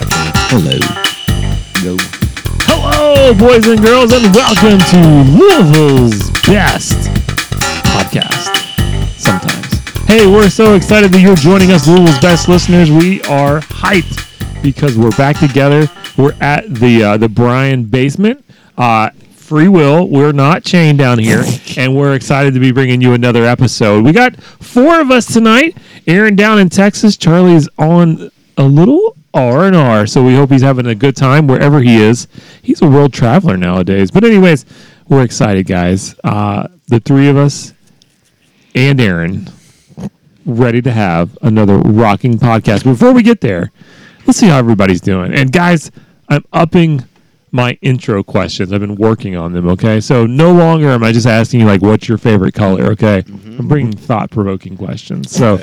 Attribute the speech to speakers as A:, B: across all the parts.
A: Hello. Go.
B: Hello, boys and girls, and welcome to Louisville's best podcast. Sometimes. Hey, we're so excited that you're joining us, Louisville's best listeners. We are hyped because we're back together. We're at the uh, the Bryan basement. Uh, free will. We're not chained down here, and we're excited to be bringing you another episode. We got four of us tonight. Aaron down in Texas. Charlie's on a little R and R, so we hope he's having a good time wherever he is. He's a world traveler nowadays. But anyways, we're excited, guys. Uh, the three of us and Aaron ready to have another rocking podcast. Before we get there, let's see how everybody's doing. And guys, I'm upping my intro questions. I've been working on them. Okay, so no longer am I just asking you like, "What's your favorite color?" Okay,
A: Mm-hmm.
B: I'm bringing thought-provoking questions. So,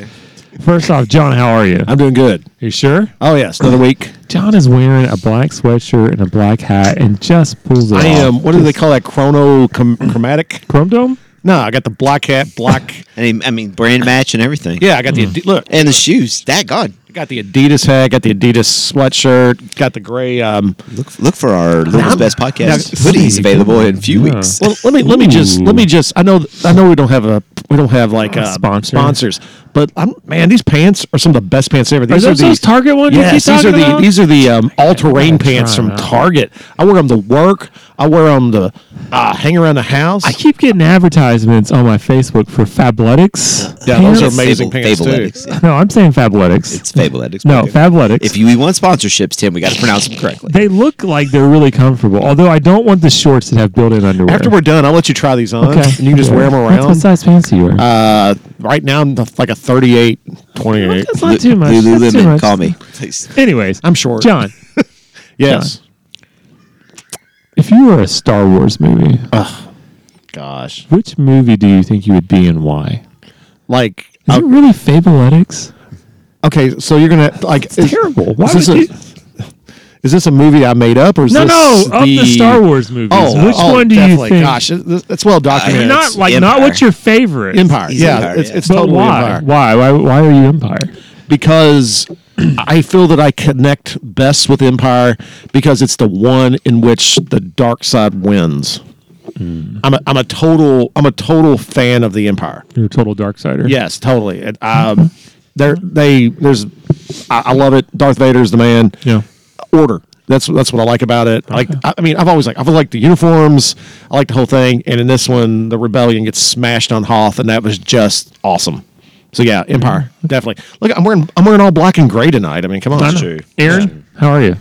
B: first off, John, how are you?
A: I'm doing good.
B: you sure?
A: Oh yes, another week.
B: John is wearing a black sweatshirt and a black hat and just pulls it
A: I
B: off.
A: am. What do they call that? Chrono com- chromatic?
B: Chrome Dome?
A: No, I got the black hat, black.
C: I mean, I mean, brand match and everything.
A: yeah, I got the Adi- look.
C: And the shoes. That God.
A: I got the Adidas hat. Got the Adidas sweatshirt. Got the gray. Um,
C: Look, look for our Louisville's Best Podcast
A: Now-
C: hoodies available in a few
B: Yeah.
C: weeks.
A: well, let me let me just let me just. I know I know we don't have a we don't have like
B: A
A: uh,
B: sponsor.
A: sponsors, but I'm, man, these pants are some of the best pants ever. These
B: those
A: the,
B: those Target ones you keep
A: Yes, these are
B: talking
A: the
B: about?
A: these are the um, all terrain
B: gotta try
A: pants from
B: them out.
A: Target. I wear them to work. I wear them to uh, hang around the house.
B: I keep getting advertisements on my Facebook for Fabletics.
A: Yeah, those are
B: pants.
A: amazing pants, too.
C: Fabletics. Yeah,
B: No, I'm saying Fabletics.
C: It's Fabletics.
B: no,
C: Okay.
B: Fabletics.
C: If you we want sponsorships, Tim, we got to pronounce them correctly.
B: they look like they're really comfortable. Although I don't want the shorts that have built-in underwear.
A: After we're done, I'll let you try these on, and you can just wear them
B: What
A: around.
B: size pants do you wear?
A: Uh, right now, I'm like a 38, 28.
B: That's not too much. That's too
C: Lululemon,
B: much.
C: call me. Please.
B: Anyways,
A: I'm short.
B: John,
A: Yes.
B: if you were a Star Wars movie,
A: Gosh.
B: which movie do you think you would be and why?
A: Like,
B: Is
A: uh,
B: it really Fabletics?
A: okay, so you're going to, like, it's
B: terrible. Why
A: is, this
B: would
A: a, is this a movie I made up or is
B: No,
A: this
B: no,
A: the,
B: of the Star Wars movies.
A: Oh,
B: which
A: one
B: one do you think?
A: Gosh, it- this- it's well
B: I mean,
A: documented.
B: not
C: it's
B: like not
C: Empire.
B: what's your favorite
A: Empire.
C: He's
A: yeah,
C: Empire,
A: it's,
C: yeah.
A: it's
B: but
A: totally
B: why?
A: Empire.
B: why? Why? Why are you Empire?
A: because I feel that I connect best with Empire because it's the one in which the dark side wins.
B: Hmm.
A: I'm a, I'm a total I'm a total fan of the Empire.
B: You're a total dark sider.
A: Yes, totally. And, um, there they there's I, I love it. Darth Vader's the man.
B: Yeah.
A: Order. That's that's what I like about it. Like I, I mean, I've always like I've liked the uniforms. I like the whole thing. And in this one, the rebellion gets smashed on Hoth, and that was just awesome. So yeah, Empire definitely. Look, I'm wearing I'm wearing all black and gray tonight. I mean, come on,
B: I know. Aaron, how are you?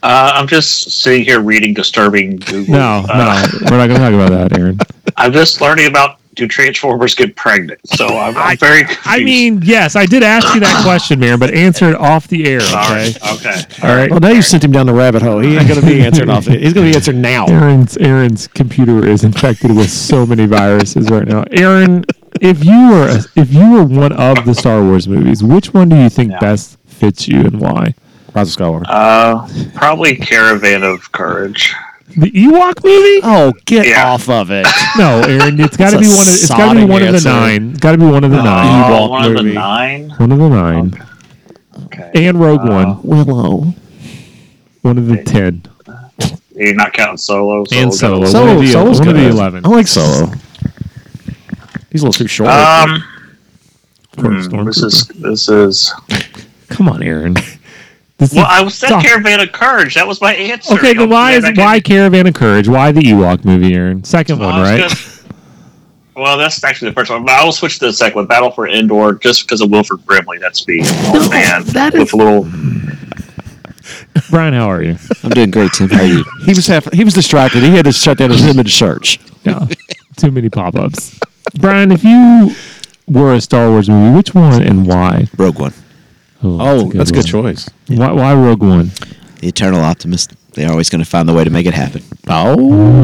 D: Uh, I'm just sitting here reading disturbing Google.
B: No,
D: Uh,
B: no, we're not going to talk about that, Aaron.
D: I'm just learning about do Transformers get pregnant? So I'm, I'm very. Confused.
B: I mean, yes, I did ask you that question, Aaron, but answer it off the air.
D: all
B: Okay.
D: right, okay.
B: All right.
A: Well, now you sent him down the rabbit hole. Oh, He ain't gonna be answered off. He's gonna be answered now.
B: Aaron's Aaron's computer is infected with so many viruses right now. Aaron, if you were a, if you were one of the Star Wars movies, which one do you think
D: Yeah.
B: best fits you and why?
A: Rise of Skywalker.
D: Uh, probably Caravan of Courage.
B: The Ewok movie?
A: oh, get
D: yeah.
A: off of it.
B: No, Aaron, it's got to
A: That's
B: be
A: a
B: one of it's got to be
A: sodding
B: one of
A: answer.
B: the nine. Got to be one of the nine.
D: Uh,
A: Ewok
D: one of
A: movie.
D: the nine.
B: One of the nine.
D: Okay.
B: And Rogue One,
A: Uh, Willow.
B: one of the ten,
D: You're not counting Solo.
A: Oh,
B: and Solo,
D: goes-
B: one of the,
A: Solo's
B: one of the
A: good.
B: eleven.
A: I like Solo. He's a little too short.
C: Uh,
D: Um,
B: Poor
D: hmm, this
B: Stormtrooper.
D: is this is.
B: Come on, Aaron. This
D: Well,
B: is
D: I said
B: tough.
D: Caravan of Courage. That was my answer.
B: Okay, then
D: Don't-
B: why
D: yeah,
B: is
D: that can-
B: why Caravan of Courage? Why the Ewok movie, Aaron? Second
D: Well,
B: one,
D: I was
B: right?
D: gonna- well, that's actually the first one. But I will switch to the second one, Battle for Endor, just because of Wilford Brimley. That's me. Oh man, that is with a little.
B: Brian, how are you?
C: I'm doing great, Tim. How are you?
A: He was half, he was distracted. He had to shut down his image search.
B: Yeah, too many pop-ups. Brian, if you were a Star Wars movie, which one and why?
C: Rogue One.
A: Oh, that's a good,
B: one.
A: choice.
B: Why, why Rogue One?
C: The eternal optimist. They're always going to find the way to make it happen.
A: Oh,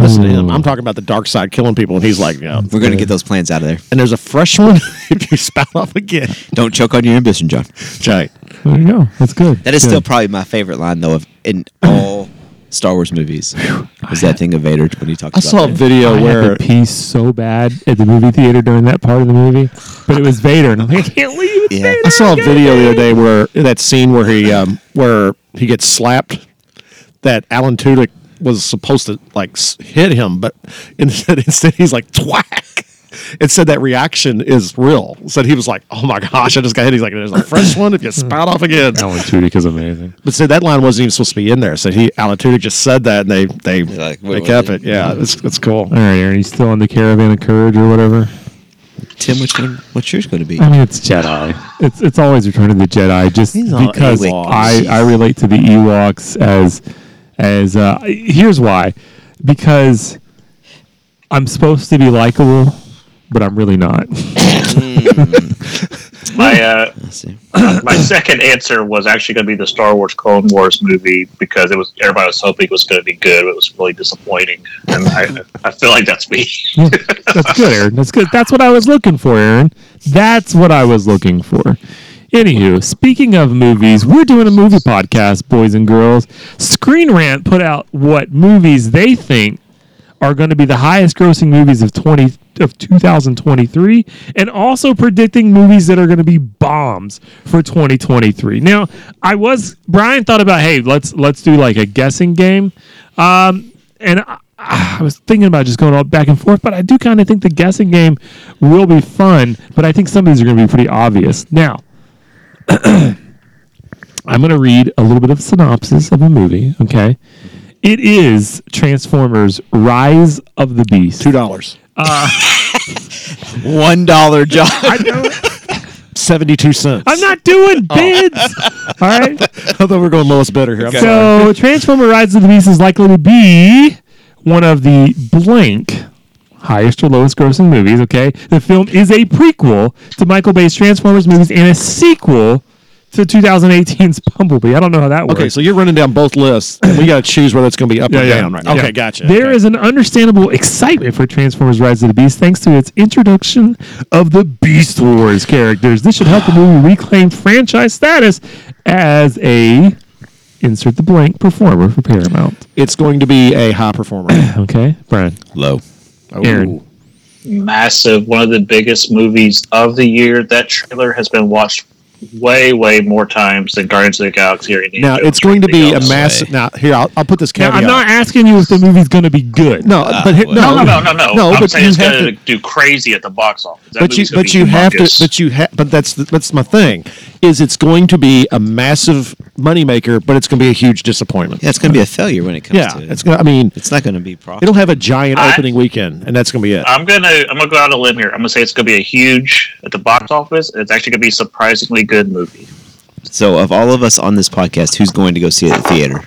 A: listen to him. I'm talking about the dark side killing people, and he's like, yeah.
C: We're going to get those plans out of there.
A: And there's a fresh one if you spout off again.
C: Don't choke on your ambition, John.
A: Right.
B: There you go. That's good.
C: That is
B: Good.
C: still probably my favorite line, though, of in all Star Wars movies. Was that thing of Vader when he talked
A: I
C: about
A: saw a
C: that.
A: video
B: I
A: where
B: had to pee so bad at the movie theater during that part of the movie, but it was Vader, and I'm like, I can't leave. It's
C: Yeah.
B: Vader.
A: I saw a
B: gotta
A: video the
B: leave."
A: other day where that scene where he um, where he gets slapped that Alan Tudyk was supposed to like s- hit him, but instead, instead he's like twack. It said that reaction is real. It said he was like, "Oh my gosh, I just got hit." He's like, "There's a fresh one if you spout off again."
B: Alan Tudyk is amazing.
A: But said that line wasn't even supposed to be in there. So he Alan Tudyk just said that, and they they
C: like,
A: they
C: what was
A: kept it.
C: it?
A: Yeah, it's it's cool.
B: All right, Aaron, you still on the Caravan of Courage or whatever?
C: Tim, which one? What's yours going to be?
A: Uh.
B: I mean, it's Jedi. It's it's always Return of the Jedi, just
C: all
B: because
C: Ewoks.
B: I, I relate to the Ewoks as as uh, here's why, because I'm supposed to be likable, but I'm really not.
D: My uh,
C: Let's see.
D: my second answer was actually going to be the Star Wars Clone Wars movie because it was everybody was hoping it was going to be good. But it was really disappointing, and I I feel like that's me.
B: Yeah, that's good, Aaron. That's good. That's what I was looking for, Aaron. That's what I was looking for. Anywho, speaking of movies, we're doing a movie podcast, boys and girls. Screen Rant put out what movies they think are going to be the highest grossing movies of 20 of 2023 and also predicting movies that are going to be bombs for 2023. Now, I was Brian thought about, "Hey, let's let's do like a guessing game." Um and I, I was thinking about just going all back and forth, but I do kind of think the guessing game will be fun, but I think some of these are going to be pretty obvious. Now, I'm going to read a little bit of synopsis of a movie, okay? It is Transformers Rise of the Beast.
A: Two dollars,
C: One dollar job.
A: seventy two cents.
B: I'm not doing bids. All right.
A: I thought we were going lowest bidder here. I'm sorry.
B: So, Transformer Rise of the Beast is likely to be one of the blank highest or lowest grossing movies, okay? The film is a prequel to Michael Bay's Transformers movies and a sequel to 2018's Bumblebee. I don't know how that works.
A: Okay, so you're running down both lists, and we got to choose whether it's going to be up or
B: Yeah, yeah.
A: down, right?
B: Yeah.
A: Okay, gotcha.
B: There
A: okay.
B: is an understandable excitement for Transformers Rise of the Beast thanks to its introduction of the Beast Wars characters. This should help the movie reclaim franchise status as a insert the blank performer for Paramount.
A: It's going to be a high performer.
B: Okay, Brian.
C: Low.
B: Aaron.
D: Massive, one of the biggest movies of the year. That trailer has been watched way way more times than Guardians of the Galaxy or any.
A: Now it's going to be a
C: else.
A: massive. Now here, I'll, I'll put this
B: Now,
A: caveat.
B: I'm not asking you if the movie's going to be good.
A: no, but here, no,
C: well.
D: Ah, No, no, no, no.
A: no.
D: I'm
A: but
D: saying
A: you
D: it's
A: have
D: going
A: to.
D: to do crazy at the box office. That
A: But you,
D: movie's gonna
A: but
D: be
A: you have to.
D: humongous.
A: But you have. But that's the, that's my thing. Is it's going to be a massive moneymaker, but it's going to be a huge disappointment.
C: Yeah, it's going to be a failure when it comes
A: Yeah,
C: to it.
A: it's going. to I mean,
C: It's not going to be profitable.
A: it'll have a giant
D: I-
A: opening weekend, and that's going to be it.
D: I'm gonna I'm gonna go out on a limb here. I'm gonna say it's gonna be a huge at the box office. It's actually gonna be a surprisingly good movie.
C: So, of all of us on this podcast, who's going to go see it at the theater?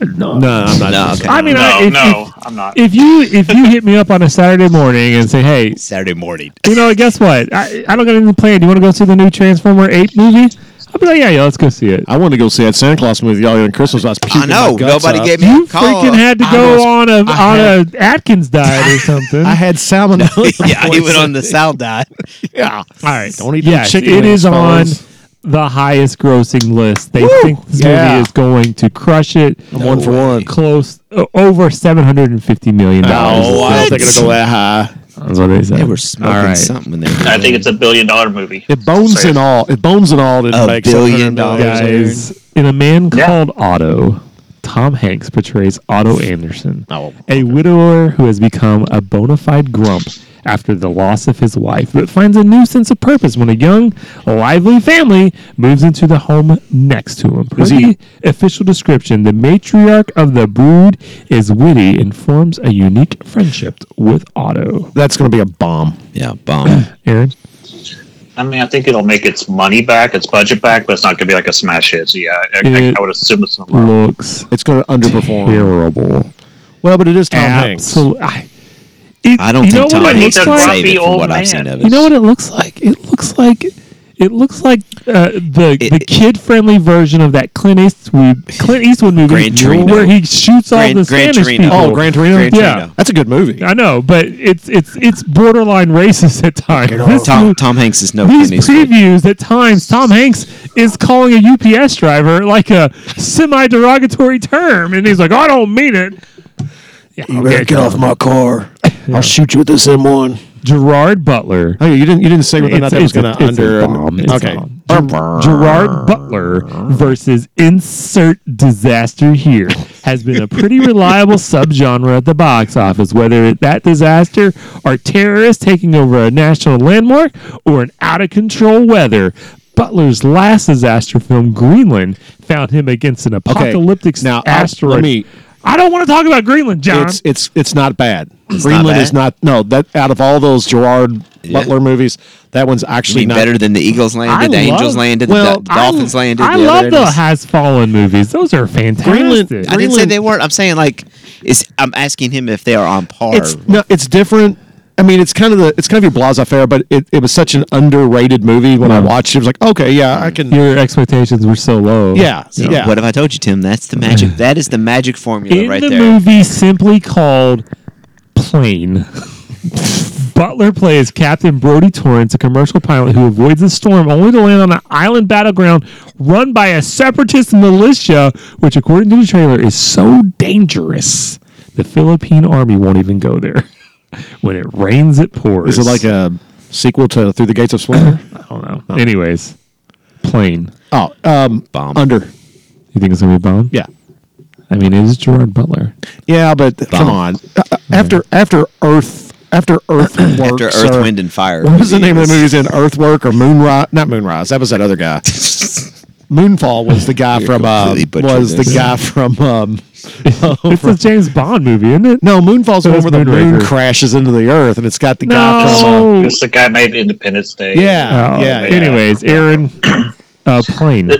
A: no, I'm not.
C: No, okay.
B: I mean, I,
D: no,
B: if,
D: no, I'm not.
B: if, if you if you hit me up on a Saturday morning and say, "Hey,
C: Saturday morning.
B: you know, guess what? I, I don't got anything planned. You want to go see the new Transformer Eight movie?" I'll be like, "Yeah, yeah, let's go see it."
A: I want to go see that Santa Claus movie y'all in Christmas. I, was puking
C: I know.
A: my guts
C: Nobody
A: out.
C: gave me
B: You
C: a call.
B: freaking had to
A: I
B: go
A: was-
B: on a
A: I
B: on a Atkins diet or something.
A: I had salmonella.
C: yeah, he went on the sal diet.
A: Yeah.
B: All right,
A: Don't eat them
B: yes,
A: chicken
B: It
A: wings,
B: is on
A: fellas.
B: the highest grossing list. They think this
A: Yeah.
B: movie is going to crush it.
A: I'm one for one.
B: Close o- over seven hundred and fifty million dollars.
A: Oh, I don't
C: What?
A: think it'll go that high.
B: That's what they said.
C: They were smoking
B: All right.
C: something when they were.
D: I think it's a billion dollar movie.
A: If bones
D: Say it.
A: and all, if bones and all didn't
C: A
A: make $700
C: billion
A: million,
B: Guys, in a man
D: Yeah.
B: called Otto, Tom Hanks portrays Otto Anderson.
A: Oh,
B: a widower who has become a bona fide grump after the loss of his wife, but finds a new sense of purpose when a young, lively family moves into the home next to him. Per the official description, the matriarch of the brood is witty and forms a unique friendship with Otto.
A: that's going to be a bomb.
C: Yeah, bomb.
B: Aaron?
D: I mean, I think it'll make its money back, its budget back, but it's not gonna be like a smash hit. So yeah, I, I, I would assume it's not.
B: Looks
A: It's going to underperform.
C: Oh,
B: terrible.
A: Well, but it is Tom Hanks.
B: Absolutely. It,
C: I don't
B: you know
C: think Tom
B: what it
C: Hanks
B: looks
C: can
B: like?
C: save it
D: grumpy
C: from
D: old
C: what
D: man.
C: I've seen of it.
B: You know what it looks like? It looks like It looks like uh, the
C: It-
B: the kid friendly version of that Clint Eastwood Clint Eastwood movie
C: Gran Torino.
B: where he shoots all
C: Gran-
B: the
C: Gran
B: Spanish
C: Torino.
B: people.
A: Oh, Gran Torino.
C: Gran
B: Yeah.
C: Torino.
A: That's a good movie.
B: I know, but it's it's it's borderline racist at times. This
C: Tom,
B: mo-
C: Tom Hanks is no
B: these
C: Clint Eastwood.
B: previews at times, Tom Hanks is calling a UPS driver like a semi-derogatory term, and he's like, "I don't mean it." Yeah, okay.
A: my car. I'll shoot you with this M1.
B: Gerard Butler.
A: Oh, you didn't. You didn't say whether or not
B: It's-
A: that was
B: it's a-
A: going to
B: it's a
A: under.
B: bomb. It's a
A: okay.
B: bomb. Ger- Gerard Butler versus insert disaster here has been a pretty reliable subgenre at the box office, whether it- that disaster or terrorists taking over a national landmark or an out of control weather. Butler's last disaster film, Greenland, found him against an apocalyptic
A: Now, I-
B: asteroid.
A: let me-
B: I don't want to talk about Greenland, John.
A: It's it's it's not bad.
C: not
A: Greenland
C: bad?
A: is not. No, that out of all those Gerard Butler movies, that one's actually
C: Be
A: not
C: better than the Eagles
B: I
C: landed, the
B: love-
C: Angels landed,
A: well,
C: the, the Dolphins
B: I,
C: landed.
B: I
C: the
B: love
C: other
B: the
C: ones.
B: Has Fallen movies. Those are fantastic.
A: Greenland-
C: I didn't say
A: Greenland-
C: they weren't. I'm saying like, is I'm asking him if they are on par.
A: It's no, it's different. I mean, it's kind of the it's kind of your Blase affair, but it, it was such an underrated movie when I watched it. It was like, okay, yeah, I can.
B: your expectations were so low.
A: Yeah,
C: So
A: yeah.
C: What have I told you, Tim? That's the magic. That is the magic formula
B: In
C: right
B: the
C: there.
B: movie simply called Plane. Butler plays Captain Brody Torrance, a commercial pilot who avoids a storm only to land on an island battleground run by a separatist militia, which, according to the trailer, is so dangerous the Philippine army won't even go there. when it rains, it pours.
A: Is it like a sequel to Through the Gates of Splendor?
B: I don't know. Anyways, Plane.
A: oh, um,
C: Bomb.
A: under.
B: You think it's gonna be a bomb?
A: Yeah,
B: I mean, it is Gerard Butler.
A: yeah, but come on. Uh, uh, after after Earth after Earth
C: After Earth, Wind, and Fire.
A: What was the name of the movie? Is in Earthwork or Moonrise? Not Moonrise. That was that other guy. Moonfall was the guy from uh,
C: completely butchered
A: was the
C: this.
A: guy from um,
B: It's a James Bond movie, isn't it?
A: no Moonfall's the
B: It
A: one
B: was
A: where the moon
B: Moonraker.
A: crashes into the earth and it's got the guy from uh,
B: No.
D: It's the guy made Independence Day.
A: Yeah,
B: Oh,
A: Uh, yeah.
B: Anyways, Aaron, uh, plane.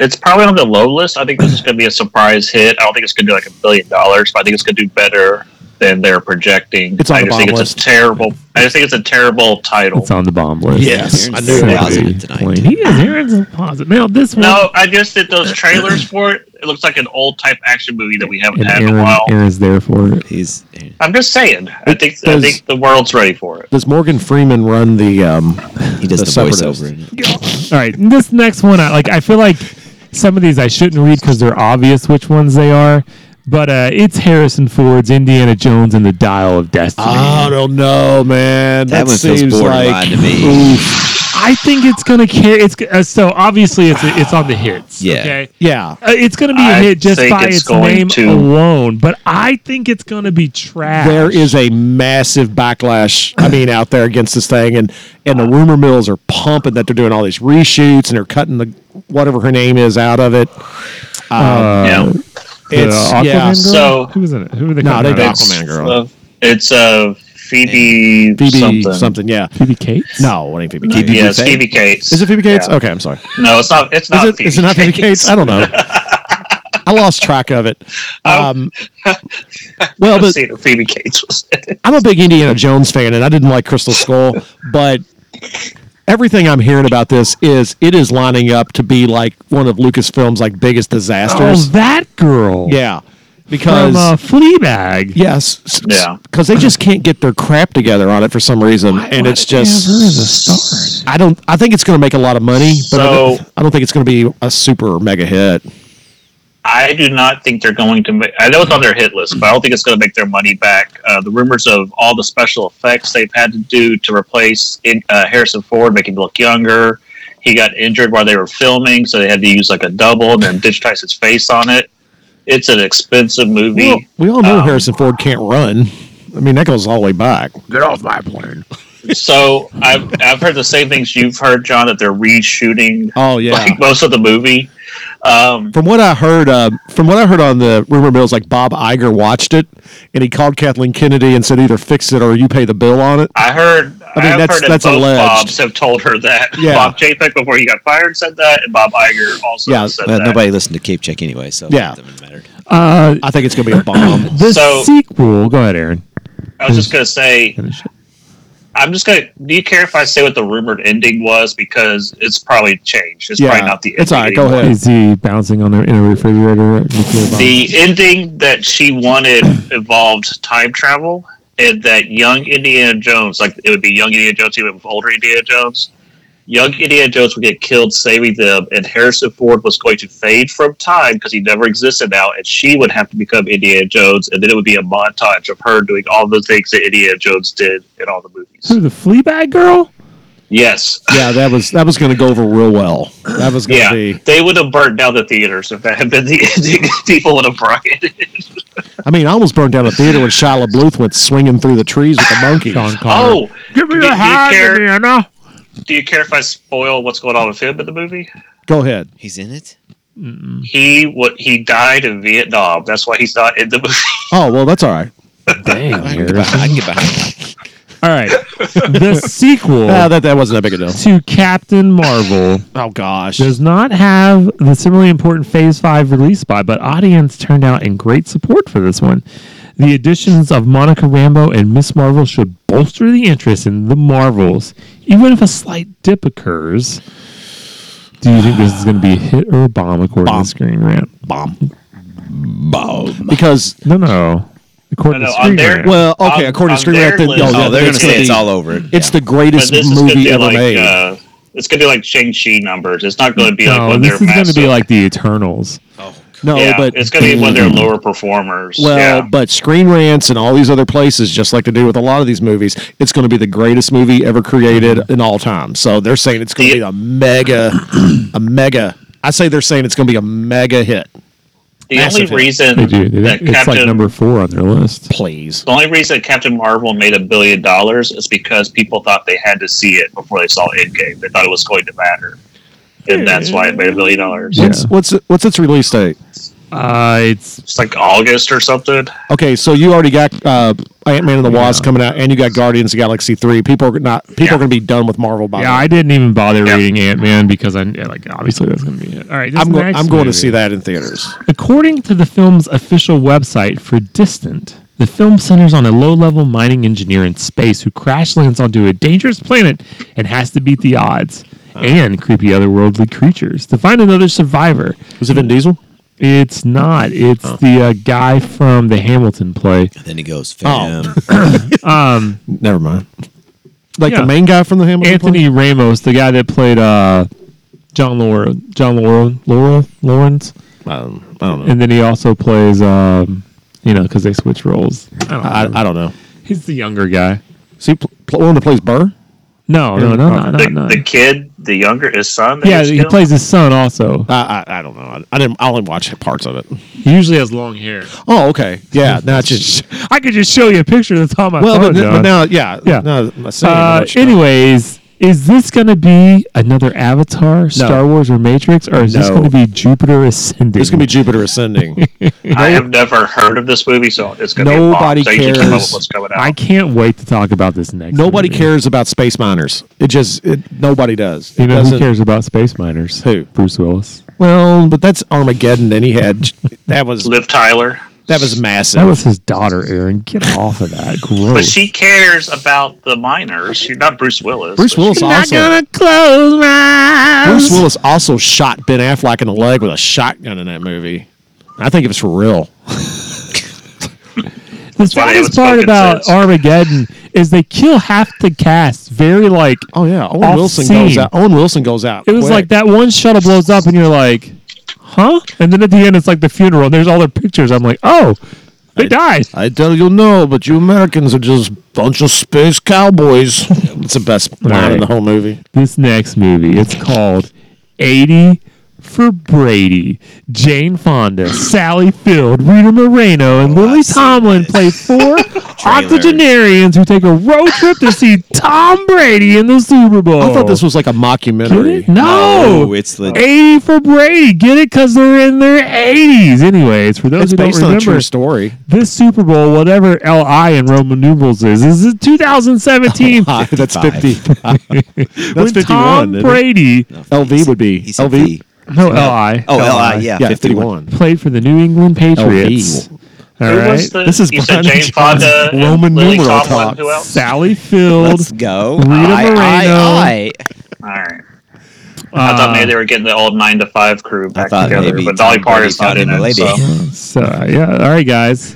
D: It's probably on the low list. I think this is going to be a surprise hit. I don't think it's going to do like a billion dollars, but I think it's going to do better than they're projecting.
A: It's on
D: I
A: the
D: just think
A: bomb
D: it's
A: list.
D: a terrible. I just think it's a terrible title.
B: It's on the bomb list.
A: Yes,
C: Aaron's
A: I knew
C: so
A: it.
C: positive tonight.
B: Plane. He is Aaron's positive. Now this one.
D: No, I just did those trailers for it. It looks like an old type action movie that we haven't
B: and
D: had in a
B: Aaron,
D: while.
B: Aaron's there for it.
C: He's
D: I'm just saying. I think I
A: does-
D: think the world's ready for it.
A: Does Morgan Freeman run the? Um,
C: he does
A: The
C: the,
A: separatist.
C: voiceover. In it.
B: All right, this next one, I, like I feel like some of these I shouldn't read because they're obvious which ones they are. But uh, it's Harrison Ford's Indiana Jones and the Dial of Destiny.
A: I don't know, man.
C: That
A: That,
C: one feels
A: seems
C: borderline
A: like
C: to me.
B: I think it's gonna carry. It's g- uh, so obviously it's it's on the hits.
C: Yeah.
B: Okay.
A: yeah.
B: Uh, it's going to be a
D: I
B: hit just
D: think
B: by
D: it's
B: its,
D: going
B: name
D: to-
B: alone, but I think it's going to be trash.
A: There is a massive backlash. I mean, out there against this thing, and and the rumor mills are pumping that they're doing all these reshoots and they're cutting the whatever her name is out of it.
D: yeah.
B: The
A: It's
B: Aquaman
A: Uh, yeah.
B: girl?
D: So-
B: who was in it? Who were they?
A: No, they
B: cutting
A: did
B: out?
A: Aquaman girl.
D: Uh, it's uh, Phoebe,
A: Phoebe
D: something.
A: something. Yeah.
B: Phoebe Cates.
A: No, it ain't Phoebe
C: Phoebe
A: Cates.
D: Yeah, it's
C: Cates.
D: Phoebe Cates.
A: Is it Phoebe Cates?
D: Yeah.
A: Okay, I'm sorry.
D: No, it's not. It's
A: Is
D: not.
A: it?
D: Phoebe
A: Is it not Phoebe
D: Cates.
A: Cates? I don't know. I lost track of it. Um, well,
D: Oh. Let's
A: but
D: see if Phoebe Cates was in it.
A: I'm a big Indiana Jones fan, and I didn't like Crystal Skull, but everything I'm hearing about this is it is lining up to be like one of Lucasfilm's like biggest
B: Oh,
A: disasters.
B: that girl.
A: Yeah, because
B: From uh, Fleabag.
A: yes,
D: Yeah.
A: because they just can't get their crap together on it for some reason, and
B: Why
A: it's
B: did they have her as a
A: just
B: star.
A: I don't I think it's going to make a lot of money, but I, don't,
D: So-
A: I don't think it's going to be a super mega hit.
D: I do not think they're going to. Make, I know it's on their hit list, but I don't think it's going to make their money back. Uh, the rumors of all the special effects they've had to do to replace in, uh, Harrison Ford, make him look younger. He got injured while they were filming, so they had to use like a double and then digitize his face on it. It's an expensive movie.
A: Well, we all know
D: Um,
A: Harrison Ford can't run. I mean, that goes all the way back.
D: So I've I've heard the same things you've heard, John, that they're reshooting
A: Oh yeah.
D: like most of the movie. Um,
A: from what I heard, uh, from what I heard on the rumor mills, like Bob Iger watched it and he called Kathleen Kennedy and said, "either fix it or you pay the bill on it."
D: I heard. I
A: mean,
D: have
A: that's-
D: heard that
A: that's
D: both
A: alleged.
D: Bobs have told her that.
A: Yeah.
D: Bob Chapek before he got fired said that, and Bob Iger also
A: Yeah, uh,
D: said
C: Well,
D: that.
C: nobody listened to Cape Check anyway, so it
A: Yeah.
C: doesn't matter.
B: Uh,
A: I think it's going to be a bomb.
B: the
D: So-
B: sequel. Go ahead, Aaron.
D: I was just gonna say,
B: Finish it.
D: I'm just gonna. Do you care if I say what the rumored ending was? Because it's probably changed. It's probably not the. Ending
A: it's all right. Go
D: anymore.
A: ahead.
B: Is he bouncing on a, in a refrigerator? at nuclear bomb?
D: The ending that she wanted involved time travel, and that young Indiana Jones, like it would be young Indiana Jones, even with older Indiana Jones. Young Indiana Jones would get killed saving them, and Harrison Ford was going to fade from time because he never existed now, and she would have to become Indiana Jones, and then it would be a montage of her doing all the things that Indiana Jones did in all the movies.
B: Who, the Fleabag girl?
D: Yes,
A: Yeah, that was that was going to go over real well. That was going to be.
D: yeah, they would have burnt down the theaters if that had been the ending. People would have rioted.
A: I mean, I almost burned down a theater when Shia LaBeouf went swinging through the trees with the monkeys.
B: Sean Connery.
D: Oh,
B: give
D: do- do you care-
B: Indiana.
D: do you care if I spoil what's going on with him in the movie?
A: Go ahead.
C: He's in it.
D: He what he died in Vietnam. That's why he's not in the movie.
A: Oh well, that's all right.
B: Dang,
C: I can
B: Harrison.
C: get behind. I can get behind.
B: All right. The sequel
A: Nah, that that wasn't that big a deal.
B: to Captain Marvel
A: Oh gosh.
B: does not have the similarly important Phase 5 release spot, but audience turned out in great support for this one. The additions of Monica Rambo and Miss Marvel should bolster the interest in the Marvels, even if a slight dip occurs. Do you think this is going to be a hit or a bomb according
A: Bomb.
B: to Screen Rant?
A: bomb. Bomb. Because
B: No, no. According
D: No, no,
B: to
D: on
B: Screen
D: their-
B: Rant.
A: well, okay,
D: On-
A: according
D: on
A: to Screen
D: their
A: Rant, then-
D: list-
A: oh,
D: Oh,
A: yeah,
C: Oh, they're gonna
A: the-
C: say it's all over.
B: Oh
C: it.
A: It's
C: Yeah.
A: the greatest
D: this is gonna
A: movie
D: be
A: ever
D: like
A: made.
D: uh, it's gonna be like Shang Chi numbers. It's not gonna be like
B: no,
D: when
B: this is
D: they're
B: going to be
D: massive-
B: like Mm. the Eternals.
C: oh,
A: no,
D: yeah,
A: but
D: it's gonna be when they're lower performers.
A: Well,
D: yeah.
A: but Screen Rants and all these other places, just like they do with a lot of these movies, it's going to be the greatest movie ever created in all time. So they're saying it's going to
D: The-
A: be a mega, a mega. I say they're saying it's going to be a mega hit.
D: the only
A: massive hit.
D: reason
B: They do. They,
D: that
B: it's like
D: Captain
B: number four on their list.
A: Please.
D: the only reason Captain Marvel made a billion dollars is because people thought they had to see it before they saw Endgame. They thought it was going to matter, and that's why it made a billion dollars.
B: Yeah.
A: What's what's it- what's its release date?
B: Uh, it's
D: It's like August or something.
A: Okay, so you already got uh, Ant Man and the Wasp
B: Yeah.
A: coming out, and you got Guardians of the Galaxy three. People are not people
D: Yeah.
A: are going to be done with Marvel by
B: yeah.
A: now.
B: I didn't even bother
D: Yeah.
B: reading Ant Man because I yeah, like obviously that's gonna be it. All right, this
A: I'm going.
B: next
A: I'm going to
B: movie.
A: see that in theaters.
B: According to the film's official website for Distant, the film centers on a low-level mining engineer in space who crash lands onto a dangerous planet and has to beat the odds and creepy otherworldly creatures to find another survivor.
A: Was it Vin Diesel?
B: It's not. It's the uh, guy from the Hamilton play.
C: then he
A: Oh.
C: goes. Fam.
A: Never mind. Like
B: Yeah.
A: the main guy from the Hamilton. play?
B: Anthony Ramos, the guy that played uh, John Laurel, John Laurel, Laurel Lawrence,
A: Um, I don't know.
B: and then he also plays, um, you know, because they switch roles. I don't
A: I,
B: know.
A: I don't know.
B: He's the younger guy.
A: See, pl- pl- one that plays Burr.
B: No, no, no, no, no,
D: The,
B: no.
D: the kid, the younger, his son. that
B: Yeah,
D: was
B: he
D: killed?
B: plays his son also.
A: I, I I don't know. I, I didn't. I only watch parts of it.
B: He usually has long hair.
A: Oh, okay. Yeah. Now it's just
B: I could just show you a picture that's on my
A: well,
B: phone.
A: but, n-
B: John.
A: but now Oh, yeah
B: Yeah.
A: Now, that I'm saying it,
B: Uh,
A: I know what you mean.
B: anyways, is this going to be another Avatar, Star Wars, or Matrix, or is this
A: No.
B: going to be Jupiter Ascending?
A: it's gonna be Jupiter ascending.
D: I have never heard of this movie, so it's going to
A: Nobody
D: be a bomb. So you can keep up
A: cares.
D: with what's coming out.
B: I can't wait to talk about this next.
A: nobody
B: movie.
A: cares about space miners. It just it, nobody does.
B: You
A: It
B: know who
A: doesn't-
B: cares about space miners?
A: Who?
B: Bruce Willis.
A: Well, but that's Armageddon. Then he had that was
D: Liv Tyler,
A: that was massive.
B: That was his daughter, Aaron. Get off of that. Gross.
A: Oh.
D: but she cares about the miners. She's not Bruce Willis.
A: Bruce
D: but
A: Willis also.
B: close my
A: Bruce Willis also shot Ben Affleck in the leg with a shotgun in that movie. I think it was for real.
B: The
D: why they
B: saddest part
D: haven't spoken
B: about
D: since.
B: Armageddon is they kill half the cast. Very like
A: Oh yeah, Owen
B: Off
A: Wilson goes
B: scene.
A: out. Owen Wilson goes out.
B: it was
A: quick.
B: like that one shuttle blows up and you're like, huh? And then at the end it's like the funeral and there's all their pictures. I'm like, oh, they died.
A: I tell you no, but you Americans are just bunch of space cowboys. it's the best line in
B: Right.
A: the whole movie.
B: this next movie. It's called 80 for Brady. Jane Fonda, Sally Field, Rita Moreno,
A: Oh,
B: and Lily
C: I've seen
B: Tomlin
C: this.
B: play four octogenarians who take a road trip to see Tom Brady in the Super Bowl.
A: I thought this was like a
B: Get
A: mockumentary.
B: it? No.
A: Oh!
C: No, Oh, it's legit.
B: 80 for Brady. Get it? Because they're in their 80s. Anyways, for those
A: It's
B: who don't
A: based on a
B: remember,
A: true story.
B: this Super Bowl, whatever LI in Roman numerals is, this is 2017.
A: Ah, that's 50.
C: 55.
A: that's
B: when
A: 51.
B: Tom
A: isn't it?
B: Brady,
A: LV would be.
C: He's
A: LV?
C: LV.
B: no LI,
C: Oh, LI. Yeah,
A: Yeah, 51.
C: 51.
B: played for the New England Patriots. All
D: Who
B: right.
D: was the,
A: This is
D: you said
A: Brian
D: Jane
A: Johnson's
D: Fonda, and
A: Roman
D: Lily
A: numeral
D: Tomlin,
A: talk.
D: Who else?
B: Sally Field.
C: Let's go.
B: Rita
C: Aye, aye,
B: Moreno.
C: aye.
D: All right. I
B: Uh,
D: thought maybe they were getting the old nine to five crew back
C: thought
D: together,
C: maybe
D: but Dolly
C: Tom Brady
D: Parton's not
C: found
D: in
C: him
D: it.
C: a lady.
D: So.
B: so yeah, all right, guys.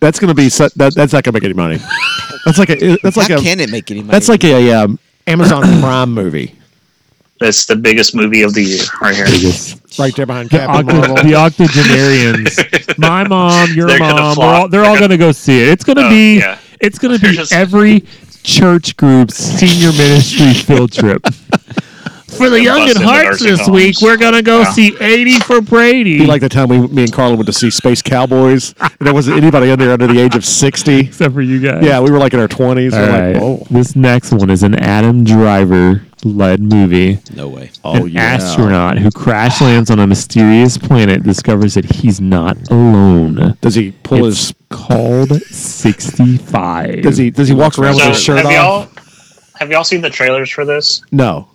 A: That's gonna be su- that, that's not gonna make any money. That's like a that's like
C: How
A: a
C: can it make any money?
A: that's like a um, Amazon Prime movie
D: That's the biggest movie of the year right here.
A: right there behind
B: The,
A: Captain
B: octo-
A: Marvel.
B: the octogenarians. My mom, your
D: They're gonna
B: mom. We're
D: flock.
B: all, they're all going to go see it. It's going to
D: Oh,
B: be.
D: yeah.
B: It's going to
D: They're
B: be
D: just-
B: every church group's senior ministry field trip. For the
D: They're
B: young and
D: busting the
B: hearts
D: nursing
B: this week,
D: homes.
B: we're going to go
D: Yeah.
B: see 80 for Brady.
A: Be like the time we, me and Carla went to see Space Cowboys, and there wasn't anybody in there under the age of sixty.
B: except for you guys.
A: Yeah, we were like in our twenties.
B: All
A: We're
B: right.
A: like, whoa.
B: oh. This next one is an Adam Driver led movie.
C: no way.
D: Oh,
B: an astronaut who crash lands on a mysterious planet discovers that he's not alone.
A: Does he pull
B: It's
A: his?
B: called 65.
A: Does he does he walk around with
D: So,
A: his shirt
D: have
A: off?
D: y'all have y'all seen the trailers for this?
A: No.